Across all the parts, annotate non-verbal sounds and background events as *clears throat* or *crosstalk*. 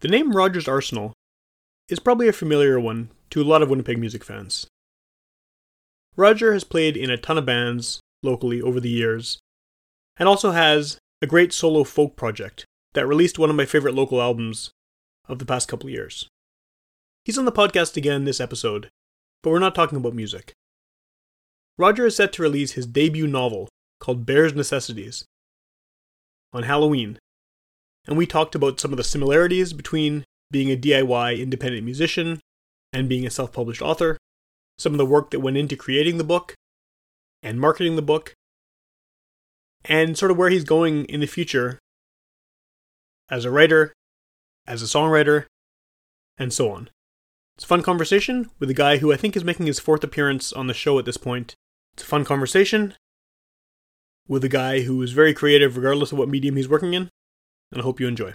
The name Rogers Arsenal is probably a familiar one to a lot of Winnipeg music fans. Roger has played in a ton of bands locally over the years, and also has a great solo folk project that released one of my favorite local albums of the past couple years. He's on the podcast again this episode, but we're not talking about music. Roger is set to release his debut novel called Bear's Necessities on Halloween, and we talked about some of the similarities between being a DIY independent musician and being a self published author, some of the work that went into creating the book and marketing the book, and sort of where he's going in the future as a writer, as a songwriter, and so on. It's a fun conversation with a guy who I think is making his fourth appearance on the show at this point. It's a fun conversation with a guy who is very creative regardless of what medium he's working in, and I hope you enjoy.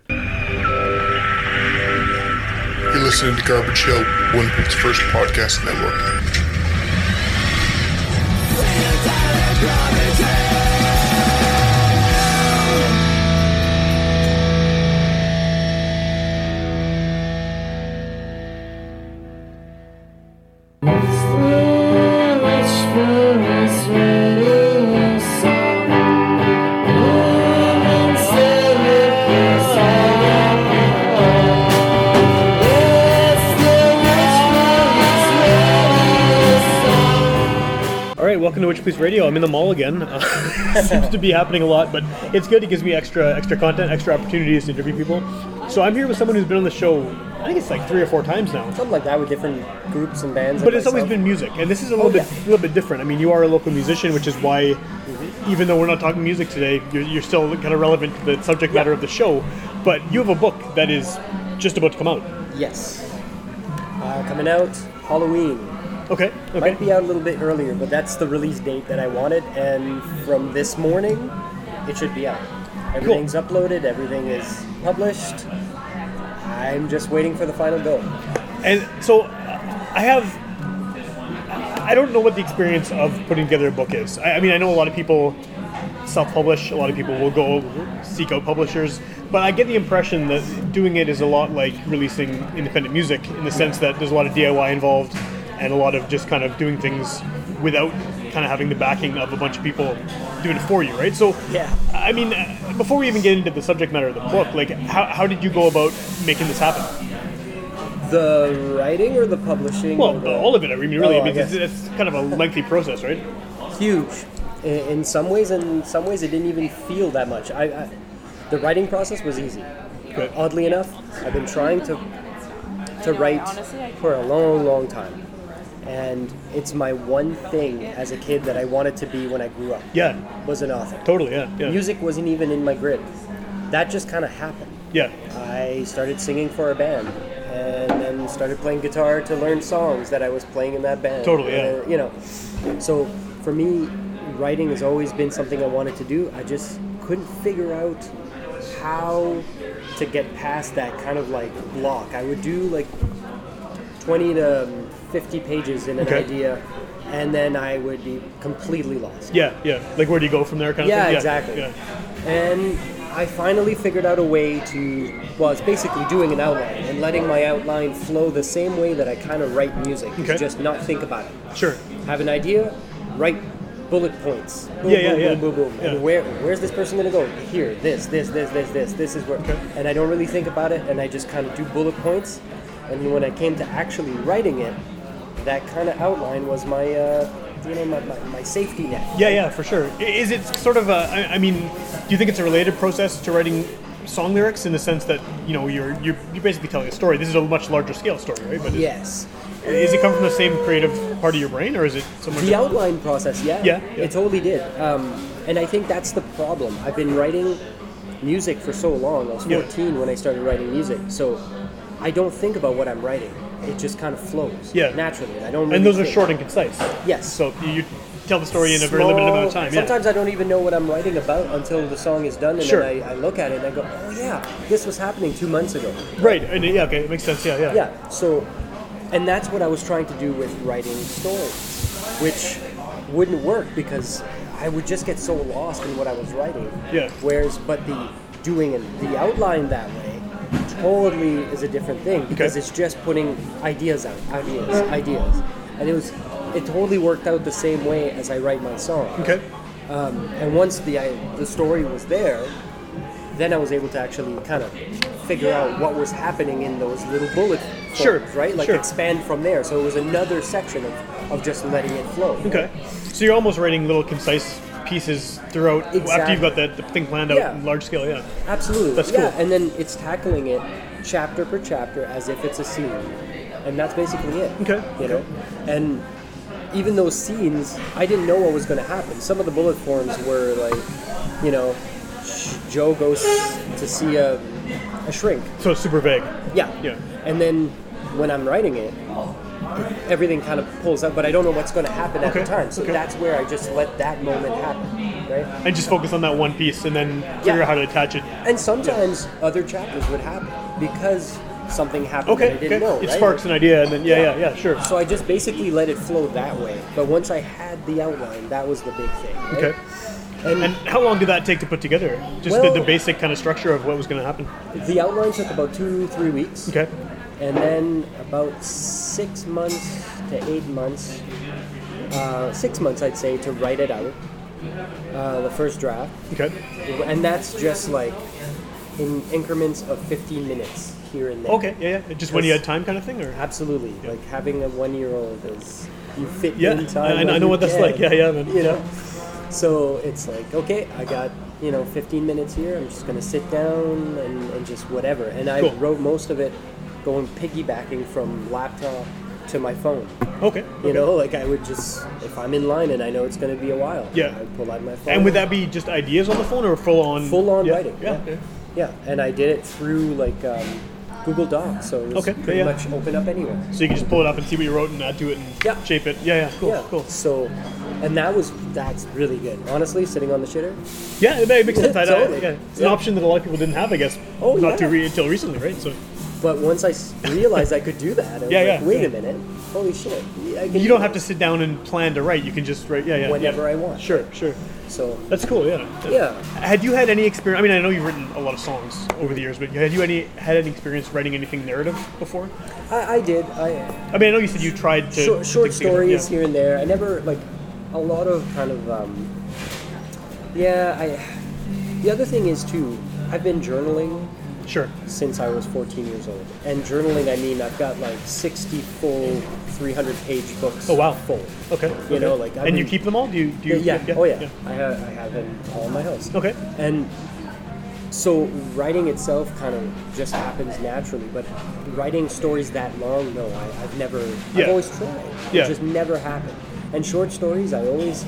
You're listening to Garbage Show, Winnipeg's first podcast network. All right, welcome to Witch Police Radio. I'm in the mall again. Uh, *laughs* seems to be happening a lot, but it's good. It gives me extra extra content, extra opportunities to interview people. So I'm here with someone who's been on the show. I think it's like three or four times now. Something like that with different groups and bands. But it's always been music, and this is a little Oh, bit yeah. a little bit different. I mean, you are a local musician, which is why, even though we're not talking music today, you're, you're still kind of relevant to the subject matter of the show. But you have a book that is just about to come out. Yes. Uh, coming out Halloween. Okay. Okay. Might be out a little bit earlier, but that's the release date that I wanted, and from this morning, it should be out. Everything's uploaded, everything is published. I'm just waiting for the final go. And so uh, I have. I don't know what the experience of putting together a book is. I, I mean, I know a lot of people self publish, a lot of people will go seek out publishers, but I get the impression that doing it is a lot like releasing independent music in the sense that there's a lot of DIY involved and a lot of just kind of doing things without kind of having the backing of a bunch of people doing it for you, right? So, Yeah. I mean, uh, before we even get into the subject matter of the book, like, how, how did you go about making this happen? The writing or the publishing? Well, or the- all of it. I mean, really, Oh, I mean, I it's, it's kind of a lengthy process, right? huge in, in some ways and in some ways it didn't even feel that much I, I the writing process was easy Good. oddly enough i've been trying to to write for a long long time and it's my one thing as a kid that i wanted to be when i grew up Yeah, was an author totally. Yeah, yeah, music wasn't even in my grid that just kind of happened yeah. I started singing for a band and then started playing guitar to learn songs that I was playing in that band. Totally, yeah. And, you know, so for me, writing has always been something I wanted to do. I just couldn't figure out how to get past that kind of like block. I would do like 20 to 50 pages in an Okay. idea and then I would be completely lost. Yeah, yeah. Like, where do you go from there, kind of Yeah, thing? exactly. Yeah. And I finally figured out a way to, well, it's basically doing an outline and letting my outline flow the same way that I kind of write music. is Okay. Just not think about it. Sure. Have an idea, write bullet points. Boom, Yeah, yeah, boom, yeah. boom, boom, boom. Yeah. And where, where's this person going to go? Here, this, this, this, this, this. This is where. Okay. And I don't really think about it and I just kind of do bullet points. And when I came to actually writing it, that kind of outline was my, uh, you know, my, my, my safety net. Yeah, yeah, for sure. I- Is it sort of a? I I mean, do you think it's a related process to writing song lyrics in the sense that you know you're you're, you're basically telling a story? This is a much larger scale story, right? But is- Yes. is it come from the same creative part of your brain, or is it somewhere? The different? outline process, yeah, Yeah, yeah. it totally did. Um, and I think that's the problem. I've been writing music for so long. I was Yeah. 14 when I started writing music, so I don't think about what I'm writing. It just kind of flows Yeah. naturally. And I don't. Really and those are think. short and concise. Yes. So you you tell the story in a very limited amount of Small- time. Yeah. Sometimes I don't even know what I'm writing about until the song is done, and Sure. then I, I look at it and I go, "Oh yeah, this was happening two months ago." Right. And, yeah. Okay. It makes sense. Yeah. Yeah. Yeah. So, and that's what I was trying to do with writing stories, which wouldn't work because I would just get so lost in what I was writing. Yeah. Whereas, but the doing and the outline that way totally is a different thing because it's just putting ideas out, ideas, ideas, and it was it totally worked out the same way as I write my song. Okay. Um, and once the I, the story was there, then I was able to actually kind of figure out what was happening in those little bullet forms, Sure, right? Like sure. expand from there. So it was another section of, of just letting it flow. Okay. So you're almost writing little concise pieces throughout after you've got that the thing planned out Yeah. in large scale. Yeah. Absolutely. That's yeah. cool. And then it's tackling it chapter per chapter as if it's a scene. And that's basically it. Okay, You know? And even those scenes, I didn't know what was going to happen. Some of the bullet forms were like, you know, sh- Joe goes to see a, a shrink. So it's super vague. Yeah. Yeah. And then when I'm writing it, everything kind of pulls up, but I don't know what's going to happen at Okay, the time. So okay. that's where I just let that moment happen. Right? And just focus on that one piece and then figure Yeah. out how to attach it. And sometimes other chapters would happen because something happened Okay. that I didn't okay. know. it right? sparks an idea and then yeah, yeah, yeah, sure. So I just basically let it flow that way. But once I had the outline, that was the big thing. right? Okay. And, And how long did that take to put together? Just Well- the, the basic kind of structure of what was going to happen. the outline took about two, three weeks. Okay. And then about six months to eight months, uh, six months I'd say, to write it out, uh, the first draft. Okay. And that's just like in increments of 15 minutes here and there. Okay. Yeah, yeah. Just when you had time, kind of thing, or Absolutely. Like having a one year old is you fit Yeah, in time. I- I know when you what that's can, like. Yeah, yeah, man. You know? So it's like, okay, I got, you know, fifteen minutes here, I'm just gonna sit down and, and just whatever. And I Cool. wrote most of it going piggybacking from laptop to my phone. okay. You know, like I would just if I'm in line and I know it's gonna be a while, Yeah. I pull out my phone. And would that be just ideas on the phone or full on? full on yeah, writing. Yeah. yeah. Yeah, And I did it through like um, Google Docs, so it was Okay, yeah, pretty yeah. much open up anywhere. So you can just pull it up and see what you wrote and add to it and Yeah. shape it. Yeah, yeah. Cool, yeah. cool. So, and that was that's really good. Honestly, sitting on the shitter, Yeah, it it makes *laughs* sense. I, Totally. yeah. It's Yeah. an option that a lot of people didn't have, I guess. Oh, not to yeah. re- until recently, right? So but once I s- realized I could do that, I was Yeah, like, yeah, wait yeah. a minute, holy shit! I can you do don't have to this." sit down and plan to write. You can just write. Yeah, yeah. yeah. Whenever I want. Sure, sure. So, That's cool. Yeah. Yeah. Had you had any experience? I mean, I know you've written a lot of songs over the years, but had you any had any experience writing anything narrative before? I, I did. I I mean, I know you said you tried to short, to short think together, yeah. stories here and there. I never like a lot of kind of um, yeah. I the other thing is too. I've been journaling Sure. since I was 14 years old, and journaling I mean I've got like 60 full 300 page books. Oh wow. full. Okay. You okay. know, like, I and you mean- keep them all? Do you? Do you yeah, yeah. Oh yeah. I, have, I have them all in my house. Okay. And so writing itself kind of just happens naturally, but writing stories that long, no, I, I've never. Yeah. I've always tried. Yeah. It just never happened. And short stories, I always.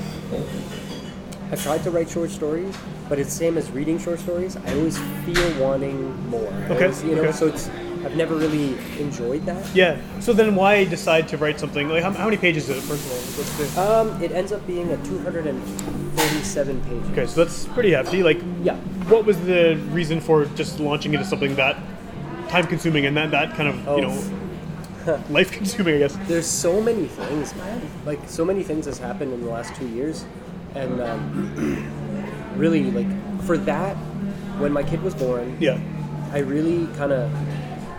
I tried to write short stories, but it's same as reading short stories. I always feel wanting more. I Okay, always- you know, okay. so it's. I've never really enjoyed that. Yeah. So then, why decide to write something? Like, how, how many pages is it? First of all, What's the- Um, it ends up being a 237 page. okay. So that's pretty hefty. Like, Yeah. what was the reason for just launching into something that time-consuming and that that kind of you know Oh. *laughs* life-consuming? I guess. There's so many things, man. Like so many things has happened in the last two years, and um, *clears throat* really, like for that, when my kid was born, Yeah. I really kind of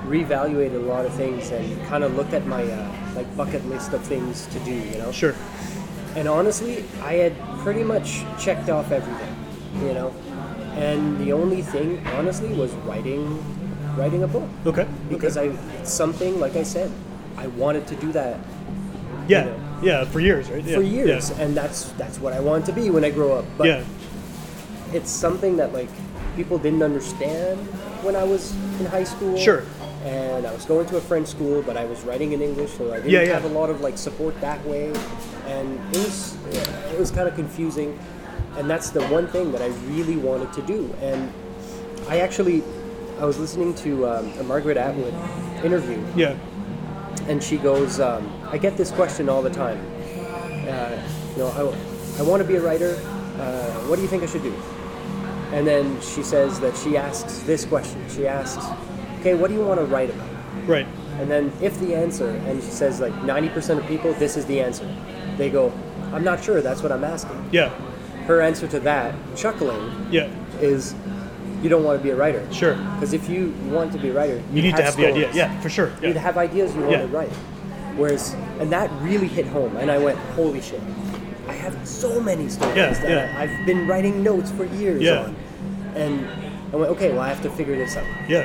reevaluated a lot of things and kind of looked at my uh, like bucket list of things to do, you know. Sure. And honestly, I had pretty much checked off everything, you know. And the only thing, honestly, was writing, writing a book Okay. because I it's something like I said, I wanted to do that I yeah you know. yeah for years right yeah. for years, yeah. and that's that's what I want to be when I grow up. But yeah. it's something that like people didn't understand when I was in high school. Sure. And I was going to a French school, but I was writing in English, so I didn't Yeah, yeah. have a lot of like support that way, and it was it was kind of confusing. And that's the one thing that I really wanted to do. And I actually, I was listening to um, a Margaret Atwood interview, Yeah. and she goes, um, I get this question all the time. Uh, you know, I, I want to be a writer. Uh, what do you think I should do? And then she says that she asks this question. She asks, okay, what do you want to write about? Right. And then if the answer, and she says like 90% of people, this is the answer. They go, I'm not sure. That's what I'm asking. Yeah. Her answer to that, chuckling, Yeah. is you don't want to be a writer. Sure. Because if you want to be a writer, you, You need to have the idea. stories. Yeah, for sure. You'd Yeah. have ideas you want Yeah. to write. Whereas, and that really hit home, and I went, holy shit. I have so many stories Yeah, that yeah. I've been writing notes for years Yeah. on. And I went, okay, well, I have to figure this out. yeah.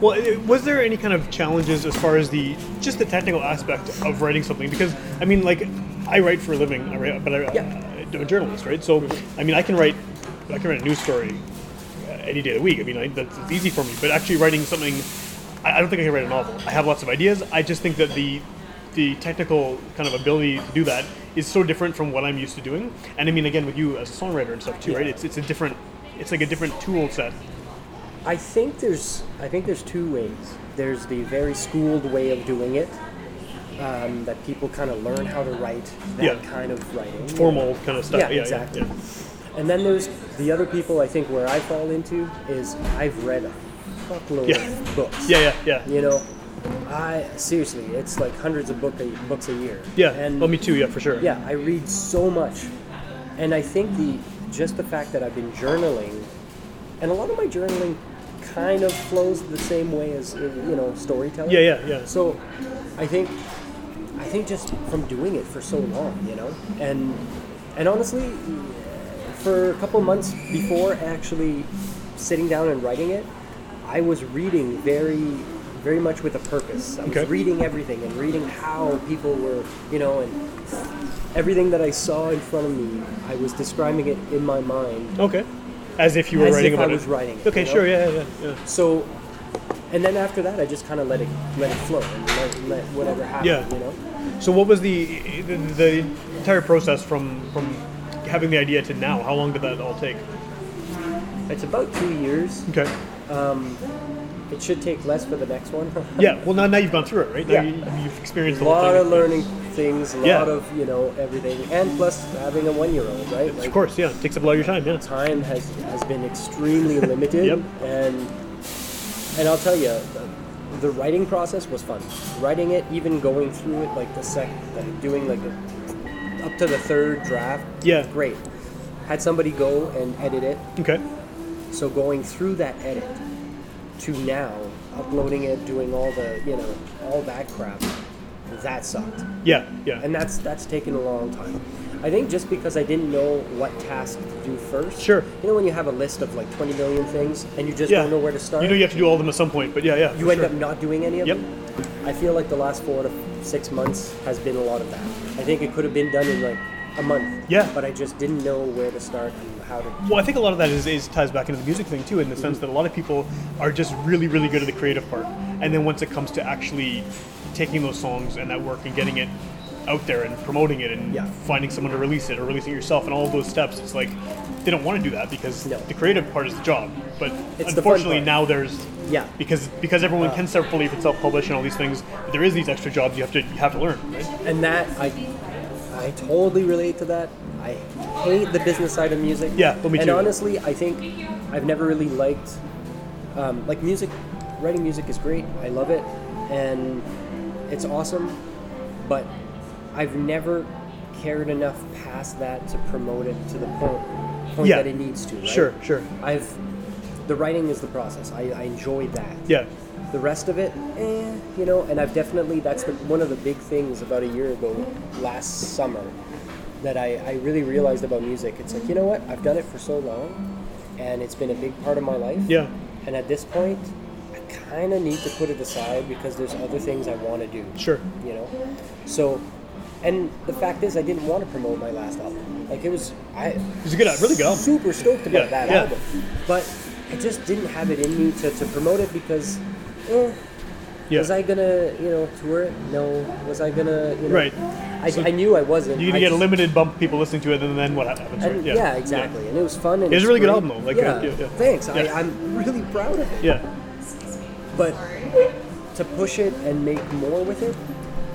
Well, i- was there any kind of challenges as far as the just the technical aspect of writing something? Because I mean, like, I write for a living, I write, but I, uh, Yeah. I'm a journalist, right? So, I mean, I can write, I can write a news story uh, any day of the week. I mean, I, that's it's easy for me. But actually, writing something, I, I don't think I can write a novel. I have lots of ideas. I just think that the the technical kind of ability to do that is so different from what I'm used to doing. And I mean, again, with you as a songwriter and stuff too, right? It's it's a different, it's like a different tool set. I think there's I think there's two ways. There's the very schooled way of doing it, um, that people kind of learn how to write that Yeah. kind of writing, formal kind of stuff. Yeah, exactly. And then there's the other people. I think where I fall into is I've read a fuckload Yeah. of books. Yeah, yeah, yeah. Yeah, You know, I seriously, it's like hundreds of book a, books a year. yeah. And oh, me too. Yeah, for sure. yeah, I read so much, and I think the just the fact that I've been journaling, and a lot of my journaling kind of flows the same way as uh, you know storytelling. Yeah, yeah, yeah. So, I think, I think just from doing it for so long, you know, and and honestly, for a couple months before actually sitting down and writing it, I was reading very, very much with a purpose. I was Okay. reading everything and reading how people were, you know, and everything that I saw in front of me, I was describing it in my mind. Okay. As if you were As writing if I about it. was writing it, Okay, you know? sure. Yeah, yeah, yeah. So, and then after that, I just kind of let it, let it flow and let, let whatever happened, Yeah. you know. yeah. So, what was the, the the entire process from from having the idea to now? How long did that all take? It's about two years. Okay. It should take less for the next one. *laughs* Yeah. Well, now now you've gone through it, right? Now Yeah. you, you've experienced a the whole lot thing. of learning things, a Yeah. lot of you know everything, and plus having a one-year-old, right? Of course. Yeah. It takes up a lot of your time. Yeah. time has has been *laughs* extremely limited, Yep. and and I'll tell you, the, the writing process was fun. Writing it, even going through it, like the sec, like doing like the, up to the third draft, Yeah. great. Had somebody go and edit it, Okay. so going through that edit to now uploading it, doing all the you know all that crap, that sucked Yeah. Yeah. and that's that's taken a long time. I think just because I didn't know what task to do first. Sure. You know when you have a list of like 20 million things and you just yeah. don't know where to start. You know you have to do all of them at some point, but yeah, yeah. you for end sure. up not doing any of Yep. them. I feel like the last four to six months has been a lot of that. I think it could have been done in like a month. Yeah. But I just didn't know where to start and how to. Well, I think a lot of that is, is ties back into the music thing too, in the sense that a lot of people are just really, really good at the creative part, and then once it comes to actually taking those songs and that work and getting it out there and promoting it and Yeah. finding someone to release it or releasing it yourself and all of those steps, it's like they don't want to do that because No. the creative part is the job. But It's the fun unfortunately, part. now there's Yeah. Uh. because because everyone can self believe and self publish and all these things, but there is these extra jobs you have to you have to learn. Right? And that I, I totally relate to that. I hate the business side of music. Yeah, well, me and too. honestly, I think I've never really liked, um, like music. Writing music is great. I love it, and it's awesome. But I've never cared enough past that to promote it to the point, point Yeah. that it needs to. Right? Sure, sure. I've the writing is the process. I, I enjoy that. Yeah. The rest of it, eh, you know, and I've definitely, that's the, one of the big things about a year ago, last summer, that I, I really realized about music. It's like, you know what? I've done it for so long, and it's been a big part of my life. Yeah. And at this point, I kind of need to put it aside because there's other things I want to do. Sure. You know? So, and the fact is, I didn't want to promote my last album. Like, it was, I, It's a good, really good. album. super stoked about Yeah, that yeah. album. But I just didn't have it in me to, to promote it because, eh, Yeah. was I gonna, you know, tour it? No. Was I gonna, you know? Right. I, So I knew I wasn't. You're gonna I get a just- limited bump of people listening to it, and then what happens? and- right? yeah. exactly. And it was fun. And It's a it's really good album, great. though, like, yeah. uh, yeah, yeah. Thanks. Yeah. I, I'm really proud of it. Yeah. But to push it and make more with it.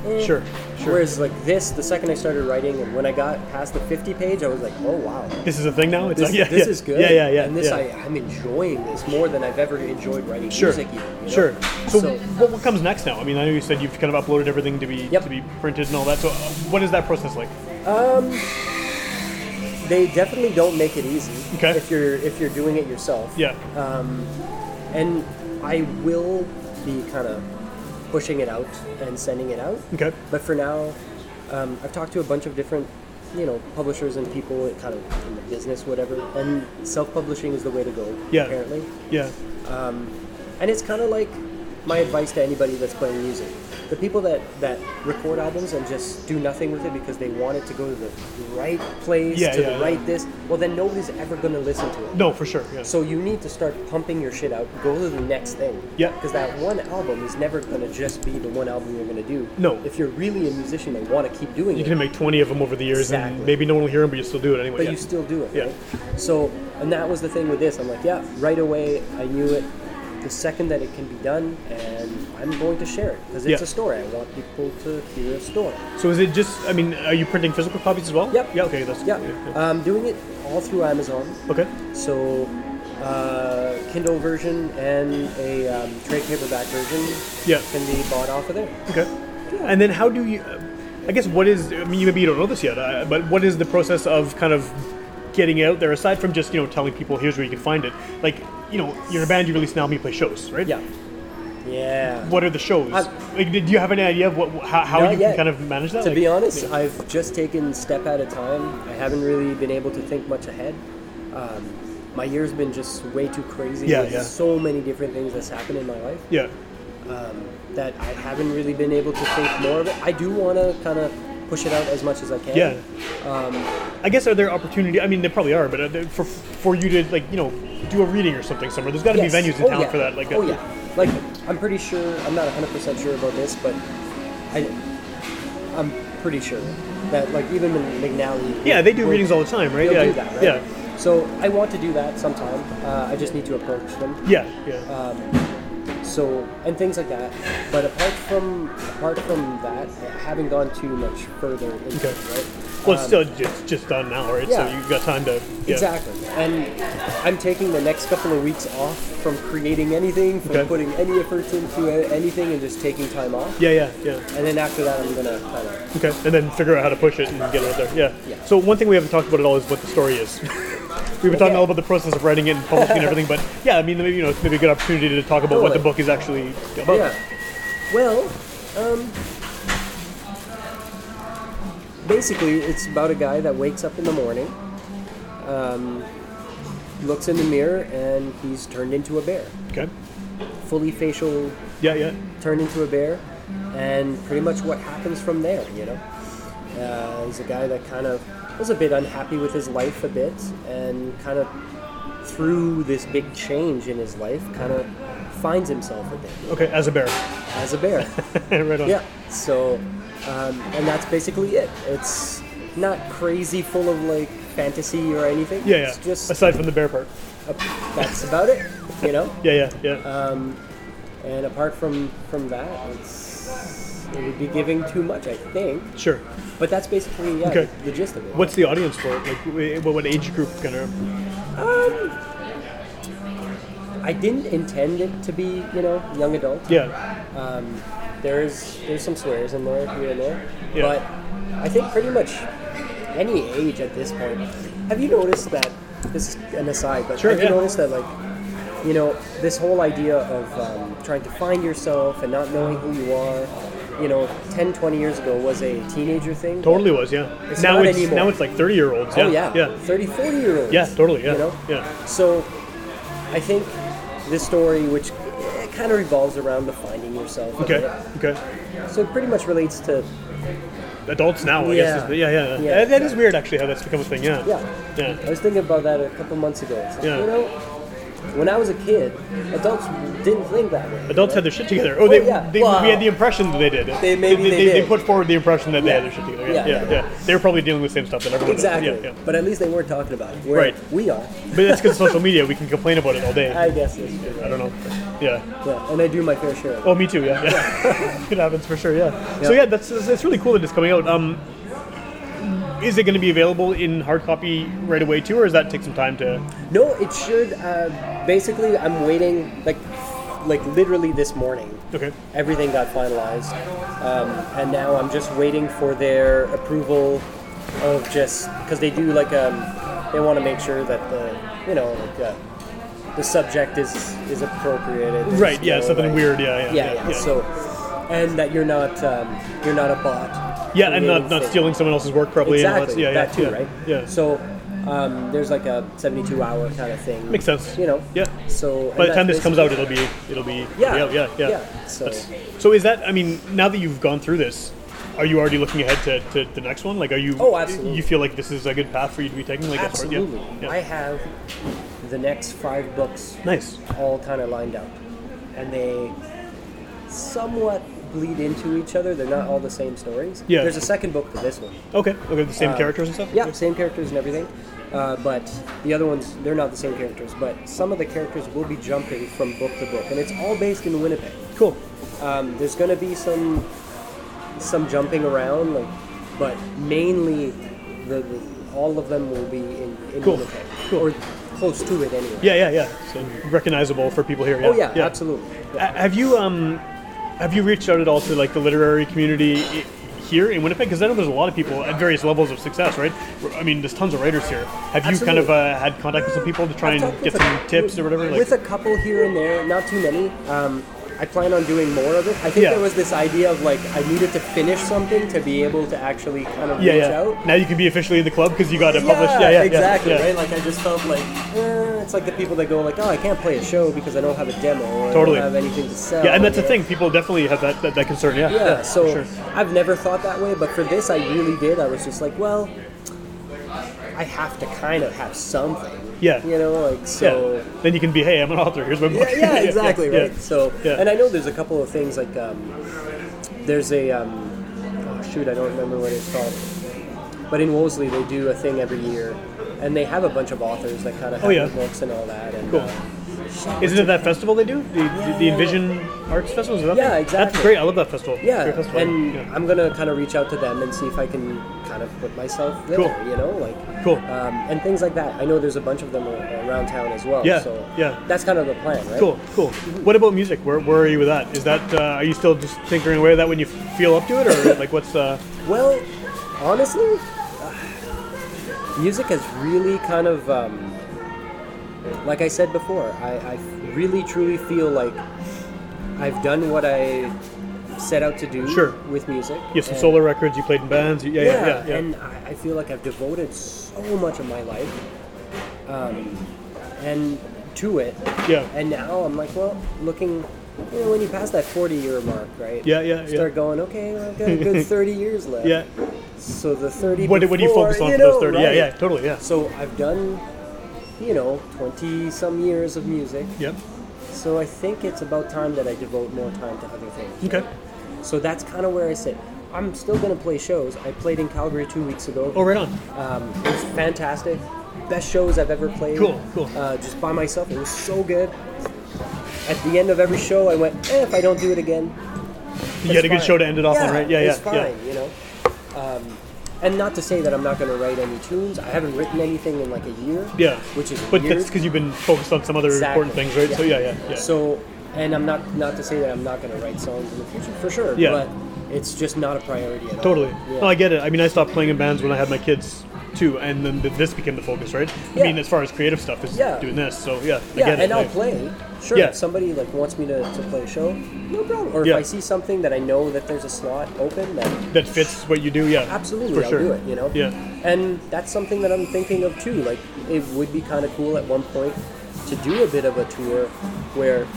eh. Sure, sure. Whereas like this, the second I started writing, and when I got past the 50 page, I was like, oh wow, This is a thing now. It's this, like, yeah, this yeah. is good. Yeah, yeah, yeah. And this, yeah. I, I'm enjoying this more than I've ever enjoyed writing sure, music. Even, you know? sure. So, So, what, what comes next now? I mean, I know you said you've kind of uploaded everything to be Yep. to be printed and all that. So, uh, what is that process like? they definitely don't make it easy Okay. if you're if you're doing it yourself. Yeah. Um, and I will be kind of pushing it out and sending it out. Okay. But for now, um, I've talked to a bunch of different, you know, publishers and people kind of in the business, whatever. And self-publishing is the way to go. Yeah. Apparently. Yeah. And it's kind of like my advice to anybody that's playing music. The people that, that record albums and just do nothing with it because they want it to go to the right place, Yeah, to yeah, the yeah. right this, well, then nobody's ever going to listen to it. No, for sure. Yeah. So you need to start pumping your shit out, go to the next thing. Yeah. Because that one album is never going to just be the one album you're going to do. No. If you're really a musician and want to keep doing you it, can make 20 of them over the years, and Exactly. maybe no one will hear them, but you still do it anyway. but yeah. you still do it. Yeah. Right? So, and that was the thing with this. I'm like, yeah, right away, I knew it the second that it can be done, and I'm going to share it because it's Yeah. a story. I want people to hear a story. so is it just? I mean, are you printing physical copies as well? Yep. Yeah. Okay. That's. Yeah. yeah. I'm doing it all through Amazon. okay. So, uh, Kindle version and a um, trade paperback version Yeah. can be bought off of there. Okay. And then how do you? I guess what is? I mean, you- maybe you don't know this yet, uh, but what is the process of kind of getting out there aside from just you know telling people here's where you can find it? Like you know, you're a band, you release an album, you play shows, right? Yeah. Yeah. What are the shows? I've- like, did you have any idea of what how, how Not you yet. can kind of manage that? To Like- be honest, yeah. I've just taken step at a time. I haven't really been able to think much ahead. Um, my year's been just way too crazy. Yeah, with yeah. So many different things that's happened in my life yeah, that I haven't really been able to think more of it. I do want to kind of push it out as much as I can. yeah. um, I guess are there opportunity? I mean, there probably are, but are there, for for you to like you know do a reading or something somewhere, there's got to Yes. be venues in Oh, town yeah. for that. Like, uh, oh yeah, like I'm pretty sure. I'm not 100 percent sure about this, but I, I'm pretty sure that like even in McNally. yeah, they do will- readings all the time, right? They'll yeah, do that, right? yeah, So I want to do that sometime. Uh, I just need to approach them. yeah, yeah. So and things like that. But apart from apart from that, I haven't gone too much further. Into Okay. it, right? well, it's um, still just just done now, right? So yeah. you've got time to yeah. Exactly. And I'm taking the next couple of weeks off from creating anything, from Okay. putting any efforts into a- anything, and just taking time off. Yeah, yeah, yeah. And then after that, I'm gonna kind of Okay, and then figure out how to push it and get it out there. Yeah. Yeah. So one thing we haven't talked about at all is what the story is. *laughs* We've been talking Okay. all about the process of writing it and publishing *laughs* and everything, but yeah, I mean, maybe, you know, it's maybe a good opportunity to talk about what the Totally. book is actually about. Yeah. Well, um, basically, it's about a guy that wakes up in the morning, um, looks in the mirror, and he's turned into a bear. Okay. Fully facial, Yeah, yeah. turned into a bear, and pretty much what happens from there, you know? Uh, he's a guy that kind of was a bit unhappy with his life a bit, and kind of through this big change in his life, kind of finds himself a bit Okay, as a bear. *laughs* as a bear. right on. Yeah. So, um, and that's basically it. It's not crazy full of like fantasy or anything. Yeah, yeah. It's just Aside from the bear part. that's about it. You know. Yeah, yeah, yeah. Uh, And apart from from that, it's it would be giving too much, I think. sure. But that's basically yeah, Okay. the, the gist of it. What's the audience for it? Like, wh- what, what age group kind of? I didn't intend it to be you know young adult. Yeah. There's there's some swears in there here and there, Yeah. but I think pretty much any age at this point. Have you noticed that? This is an aside, but Sure, have yeah. you noticed that like you know this whole idea of um, trying to find yourself and not knowing who you are? You know, 10, 20 years ago was a teenager thing. Totally was. Yeah. It's now not it's anymore. now it's like thirty year olds. Oh yeah. Yeah. 30, 40 year olds. Yeah, totally. Yeah. You know? Yeah. So I think this story, which eh, kind of revolves around the finding yourself. a Okay. bit. Okay. So it pretty much relates to Adults now, I Yeah. guess. Is the, yeah, yeah. Yeah, That- that is exactly. weird, actually, how that's become a thing. Yeah. Yeah. I Yeah. was thinking about that a couple months ago. It's like, Yeah. You know, when I was a kid, adults didn't think that way. Adults had their shit together. Oh, they, Oh, yeah. they Well, we had the impression that they did. they- maybe they, they they did. put forward the impression that they had Yeah. their shit together. Yeah, Yeah, yeah, yeah. yeah. They were probably dealing with the same stuff that everyone Exactly. Does. Yeah, yeah. But at least they weren't talking about it. Where Right. We are. But that's because social media. We can complain about it all day. *laughs* I guess that's true. I don't know. Yeah. Yeah. And I do my fair share of it. Oh, me too. Yeah. yeah. *laughs* it happens for sure. Yeah. So yeah, that's that's really cool that it's coming out. Um, is it going to be available in hard copy right away too, or does that take some time to? No, it should. Uh, basically, I'm waiting, like, like literally this morning. Okay. Everything got finalized. Um, and now I'm just waiting for their approval of just because they do like um, they want to make sure that the you know like uh, the subject is is appropriate. and there's Right, yeah, no, something like- weird, yeah, yeah, Yeah, yeah. yeah, So and that you're not um, you're not a bot. Yeah, and not, creating not things. stealing someone else's work probably. and all Exactly. that, yeah, that yeah, too, yeah, right? Yeah. So um, there's like a 72 hour kind of thing. Makes sense. You know. Yeah. So and By the that's time this comes out, basically- it'll be it'll be Yeah, it'll be out, yeah, yeah. yeah, so- That's- so is that? I mean, now that you've gone through this, are you already looking ahead to, to the next one? Like, are you? Oh, absolutely. You feel like this is a good path for you to be taking? Like, as far- yeah, absolutely. yeah. I have the next five books Nice. all kind of lined up, and they somewhat bleed into each other. They're not all the same stories. Yeah. There's a second book for this one. Okay. Okay. The same characters and stuff. Uh, Yeah, same characters and everything. Uh, but the other ones, they're not the same characters. But some of the characters will be jumping from book to book, and it's all based in Winnipeg. Cool. Um, there's going to be some some jumping around, like, but mainly the, the all of them will be in, in Cool. Winnipeg Cool. or close to it anyway. Yeah. Yeah. Yeah. So recognizable for people here. Yeah. Oh yeah, absolutely. A- Yeah. have you um, have you reached out at all to like the literary community? i- here in Winnipeg, because I know there's a lot of people at various levels of success, right? I mean, there's tons of writers here. Have you kind of Absolutely. uh, had contact with some people to try I've and talked get with a- some tips or whatever? Like, With a couple here and there, not too many. Um, I plan on doing more of it. I think Yeah. there was this idea of like I needed to finish something to be able to actually kind of yeah, reach yeah. out. Now you can be officially in the club because you got it published. Yeah, yeah, yeah, exactly. yeah. Right? Like I just felt like eh, it's like the people that go like, oh, I can't play a show because I don't have a demo or Totally. I don't have anything to sell. Yeah, and that's the you know? thing. People definitely have that, that, that concern. Yeah. Yeah, for so sure. I've never thought that way, but for this, I really did. I was just like, well, I have to kind of have something. Yeah. You know, like so. yeah. Then you can be, hey, I'm an author. Here's my book. *laughs* yeah, yeah, exactly, yeah, right? yeah. So, Yeah. and I know there's a couple of things like um, there's a um, oh, shoot, I don't remember what it's called, but in Wolseley they do a thing every year, and they have a bunch of authors that kind of have Oh, yeah. their books and all that. And, Cool. uh, Isn't it that festival they do? The, the, the Yeah. Envision Arts Festival? Is that Yeah, it? That's exactly. great. I love that festival. It's a yeah, great festival. and yeah. I'm gonna kind of reach out to them and see if I can kind of put myself there, Cool. you know, like Cool. um, and things like that. I know there's a bunch of them ar- around town as well. Yeah, so yeah. that's kind of the plan, right? Cool, cool. What about music? Where, where are you with that? Is that uh, are you still just tinkering away with that when you feel up to it, or like what's? Uh, Well, honestly, uh, music has really kind of, um, like I said before, I, I really truly feel like I've done what I set out to do Sure. with music. you have some And- solo records. You played in bands. you- Yeah, yeah, yeah, yeah. yeah. and I, I feel like I've devoted so much of my life, um, and to it. Yeah. And now I'm like, well, looking, you know, when you pass that 40 year mark, right? Yeah, yeah, yeah. Start going, okay, well, I've got *laughs* a good 30 years left. yeah. So the 30. What, what do you before, focus on for know, those thirty? right? Yeah, yeah, totally. Yeah. So I've done, you know, 20 some years of music. Yep. So I think it's about time that I devote more time to other things. Okay. So that's kind of where I sit. I'm still going to play shows. I played in Calgary two weeks ago. Oh, right on. Um, it was fantastic. Best shows I've ever played. Cool, cool. Uh, just by myself. It was so good. At the end of every show, I went, eh, if I don't do it again, You had a it's good fine. show to end it off on, right? Yeah, yeah, it's fine, yeah. you know. Um, and not to say that I'm not going to write any tunes. I haven't written anything in like a year. Yeah, which is but weird. that's because you've been focused on some other important Exactly, things, right? So yeah, yeah, yeah. So, and I'm not not to say that I'm not going to write songs in the future for sure. Yeah. But it's just not a priority at all. totally. Yeah. No, I get it. I mean, I stopped playing in bands when I had my kids too, and then th- this became the focus, right? I Yeah. mean, as far as creative stuff is Yeah. doing this, so yeah, I yeah, get it. and I'll yeah. play. Sure, Yeah. if somebody like wants me to, to play a show, no problem. Or Yeah. if I see something that I know that there's a slot open, that That fits what you do, yeah. absolutely for I'll sure. do it. You know. Yeah, And that's something that I'm thinking of too. Like, it would be kind of cool at one point to do a bit of a tour where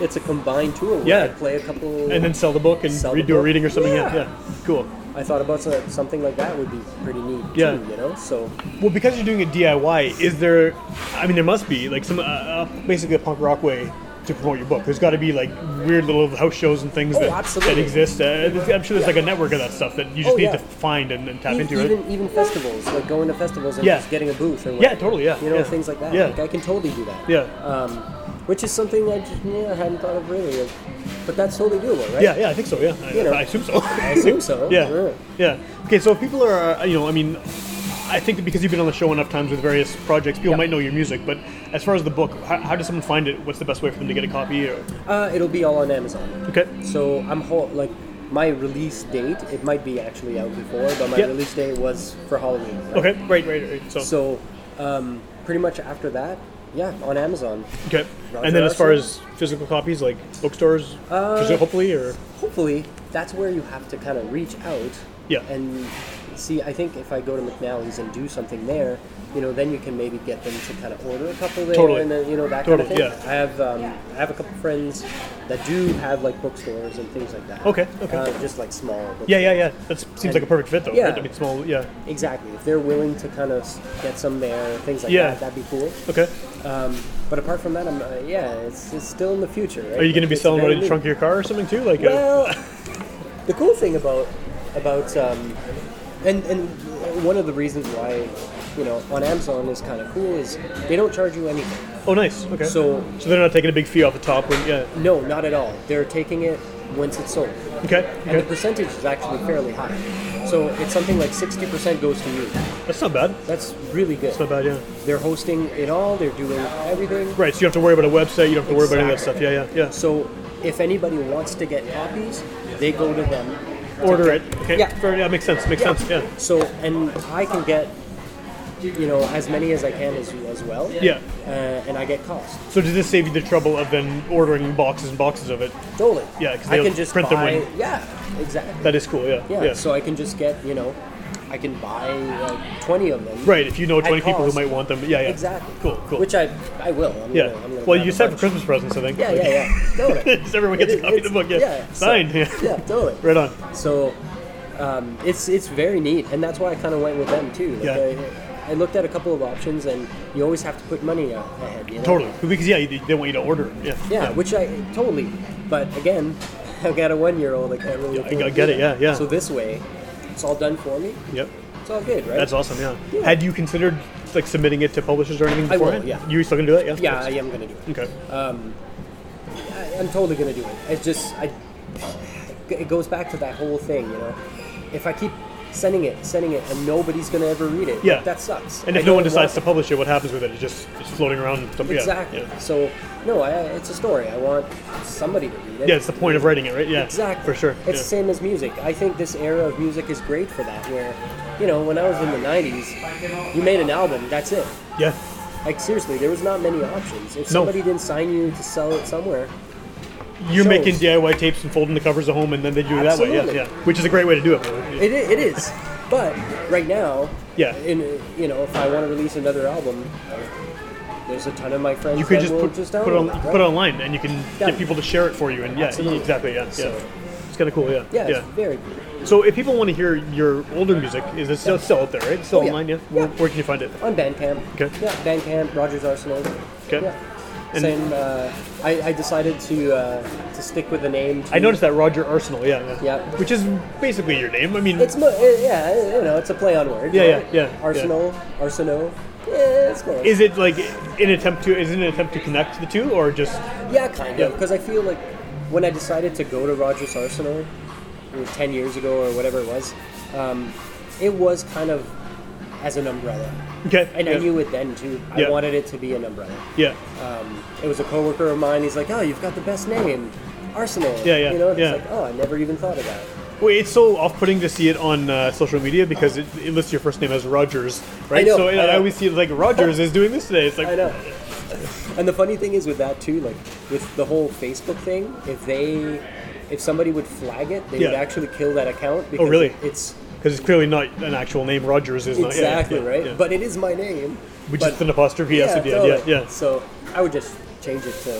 it's a combined tour where Yeah. I play a couple. and then sell the book and Sell the redo a book? reading or something. Yeah, Yeah. yeah. Cool. I thought about so- something like that would be pretty neat Yeah. too, you know? So, Well, because you're doing a DIY, is there? I mean, there must be like some uh, uh, basically a punk rock way to promote your book. There's got to be like weird little house shows and things Oh, that, that absolutely. exist. Uh, I'm sure there's like a network of that stuff that you just Oh, need yeah. to find and, and tap e- into, even, right? even festivals, like going to festivals and Yeah. just getting a booth or Yeah, whatever. totally. Yeah, You know, yeah. things like that. Yeah, Like, I can totally do that. yeah, Um, which is something I just, yeah, I hadn't thought of really. Like, but that's totally doable, right? yeah, yeah. I think so. Yeah, I, You know. I assume so. I assume so. *laughs* yeah, Sure. yeah. Okay, so if people are, uh, you know, I mean, I think that because you've been on the show enough times with various projects, people Yeah. might know your music. But as far as the book, how, how does someone find it? What's the best way for them to get a copy? Or, Uh, it'll be all on Amazon. okay. So I'm ho- like my release date, it might be actually out before, but my Yep. release date was for Halloween. right? Okay, right, right, right. So, So, um, pretty much after that, yeah, on Amazon. okay. Roger, And then as far Roger. as physical copies, like bookstores, Uh, hopefully, or Hopefully, that's where you have to kind of reach out. Yeah. And see, I think if I go to McNally's and do something there, you know, then you can maybe get them to kind of order a couple there, Totally. and then you know that Totally, kind of yeah. thing. I have um, I have a couple friends that do have like bookstores and things like that. Okay, okay. Uh, just like small. Bookstores. yeah, yeah, yeah. That seems like a perfect fit, though. Yeah. right? I mean, small. Yeah. Exactly. If they're willing to kind of s- get some there, things like Yeah. that, that'd be cool. Okay. Um, but apart from that, I'm, uh, yeah, it's, it's still in the future. Right? Are you going to be It's selling right very in the trunk new. of your car or something too? Like, uh, Well, *laughs* the cool thing about about um, and and one of the reasons why you know on Amazon is kind of cool is they don't charge you anything. oh, nice. Okay. So so they're not taking a big fee off the top. When, yeah. no, not at all. They're taking it once it's sold, Okay. and the Okay. percentage is actually fairly high. So it's something like sixty percent goes to you. That's not bad. That's really good. That's not bad. Yeah. They're hosting it all. They're doing everything. Right. So you don't have to worry about a website. You don't have to worry about any of that stuff. Exactly. Yeah. Yeah. Yeah. So if anybody wants to get copies, they go to them Order it. Okay. Yeah. Fair, yeah. Makes sense. Makes Yeah. sense. Yeah. So, and I can get, you know, as many as I can as, as well. Yeah. Uh, and I get cost. So does this save you the trouble of then ordering boxes and boxes of it? Totally. Yeah, 'cause I they'll can just print them buy. when- yeah, exactly. That is cool. Yeah. yeah, So I can just get, you know, I can buy like 20 of them. right. If you know at 20 people who cost. might want them. Yeah. Yeah. Exactly. Cool. Cool. Which I I will. I'm yeah. Gonna, I'm gonna well, grab you a said for bunch. Christmas presents, I think. Yeah, Like- yeah, yeah. *laughs* Totally. Just everyone gets It a is- copy of the it's- book. Yeah. so- Signed. yeah. *laughs* yeah, totally. *laughs* Right on. So um, it's it's very neat, and that's why I kind of went with them too. Like, Yeah. I, I looked at a couple of options, and you always have to put money a- ahead. You know? Totally. Because yeah, they they want you to order. it. Yeah. Yeah, which I totally. But again, *laughs* I've got a one-year-old. I can't really. Yeah, I afford to get do it, that. yeah, yeah. So this way, it's all done for me. Yep. It's all good, right? That's awesome. Yeah. Yeah. Had you considered like submitting it to publishers or anything I will, before? yeah. You were still gonna do that? Yeah. Yeah, I am gonna do it. Okay. I, I'm totally gonna do it. It's just I. It goes back to that whole thing, you know. If I keep sending it, sending it, and nobody's gonna ever read it, Yeah. that sucks. and I if no one don't decides to want- publish it, what happens with it? It's just it's floating around. Some, yeah, exactly. Yeah. So no, I, it's a story. I want somebody to read it. Yeah, It's the point of writing it, right? Yeah. Exactly. For sure. It's the yeah. same as music. I think this era of music is great for that, where, you know, when I was in the 90s, you made an album, that's it. yeah. Like, seriously, there was not many options. If No. somebody didn't sign you to sell it somewhere, You're shows. making DIY tapes and folding the covers at home, and then they do it that way. Yeah. Absolutely. Yeah. Which is a great way to do it. Yeah. it, i- it is. But right now, Yeah. in, you know, if I want to release another album, there's a ton of my friends you could that just will put, just put, it on, download put it online and you can Yeah. get people to share it for you and yeah Absolutely. exactly yeah, yeah. So- it's kind of cool yeah Yeah, it's very good. so if people want to hear your older music is it still, still out there right It's still Oh, yeah. online yeah, Yeah. Where, where can you find it On Bandcamp. Okay. Yeah, Bandcamp, Rogers Arsenal. Okay. Yeah. And- Same. Uh, I, I decided to uh, to stick with the name. I too. noticed that Roger Arsenal yeah yeah, Yeah. which is basically your name I mean It's mo- uh, yeah, you know, it's a play on word. Yeah, right? yeah, yeah, Arsenal, Arsenal. Yeah, it's close. is it like an attempt to is it an attempt to connect the two or just yeah, kind of. Yeah. Because I feel like when I decided to go to Rogers Arsenal it was ten years ago or whatever it was, um, it was kind of as an umbrella, okay and yeah. I knew it then too. I Yeah. wanted it to be an umbrella. yeah Um, it was a coworker of mine. He's like, "Oh, you've got the best name, Arsenal." Yeah, yeah, You know, and yeah. it's like, "Oh, I never even thought of that." Wait, it's so off-putting to see it on uh, social media because it, it lists your first name as Rogers, right? know, so I know. I always see like Rogers is doing this today. It's like I know. And the funny thing is with that too, like with the whole Facebook thing, if they, if somebody would flag it, they Yeah. would Oh, actually kill that account. Because really? It's Because it's clearly not an actual name. Rogers is not. yeah, yeah, exactly yeah, right, yeah. but it is my name. which but- is an apostrophe S at the end. totally. Yeah, yeah. So I would just change it to.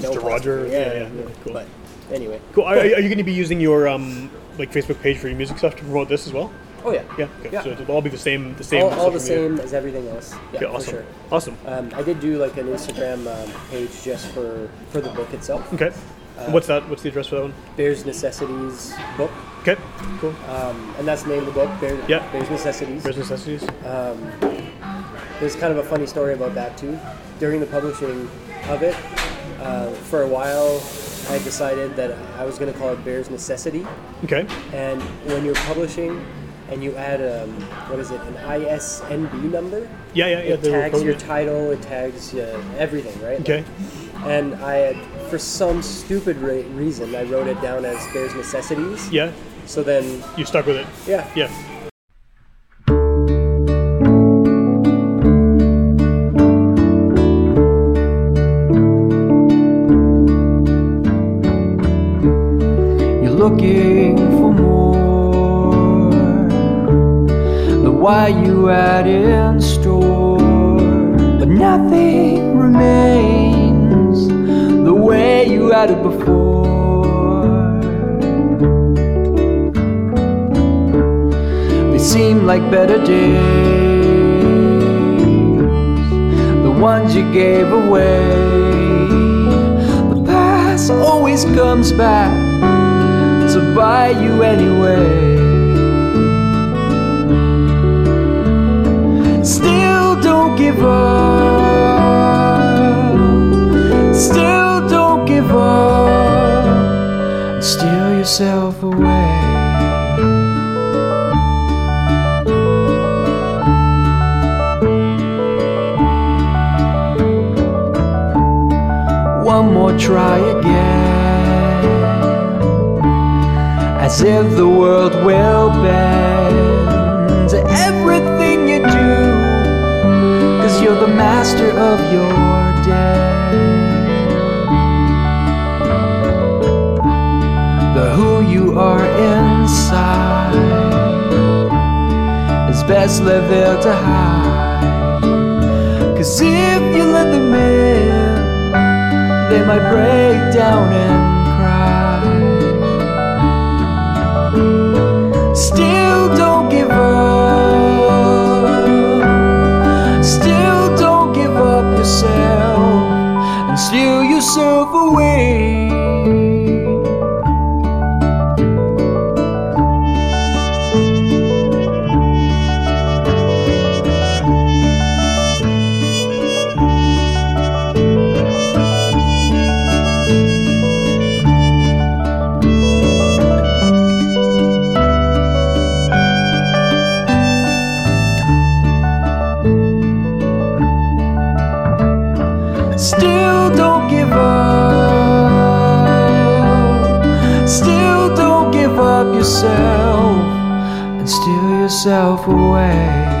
no to apostrophe. Roger, Yeah, yeah, yeah, yeah, cool. But anyway. Cool. Are, are you going to be using your um like Facebook page for your music stuff to promote this as well? Oh yeah. Yeah. Okay. Yeah. So it'll all be the same. The same. all, all the social media. same as everything else. Yeah, Okay, for awesome. sure. Awesome. Um, I did do like an Instagram um, page just for for the book itself. Okay. uh, What's that? What's the address for that one? Bears Necessities book, Okay. Cool. um, and that's the name of the book. Bear, Yeah. Bears Necessities. Bears necessities. There's kind of a funny story about that too. During the publishing of it, uh, for a while, I decided that I was going to call it Bear's Necessity. Okay. And when you're publishing, and you add um, what is it, an ISNB number? Yeah, yeah, yeah. It they were tags your probably- title. It tags uh, everything, right? Okay. Like, and I had for some stupid re- reason, I wrote it down as "There's Necessities." Yeah, So then, you stuck with it. yeah, Yeah. You're looking for more than what you had in store. But nothing remains the way you had it before. They seem like better days the ones you gave away. The past always comes back to buy you anyway. Still don't give up. Still don't give up. And steal yourself away. One more try again. As if the world will bend to everything you do. Cause you're the master of your day. The who you are inside is best left there to hide. Cause if you let them in, they might break down and cry. Still don't give up. Still don't give up yourself and steal yourself away. Still don't give up. Still don't give up yourself and steal yourself away.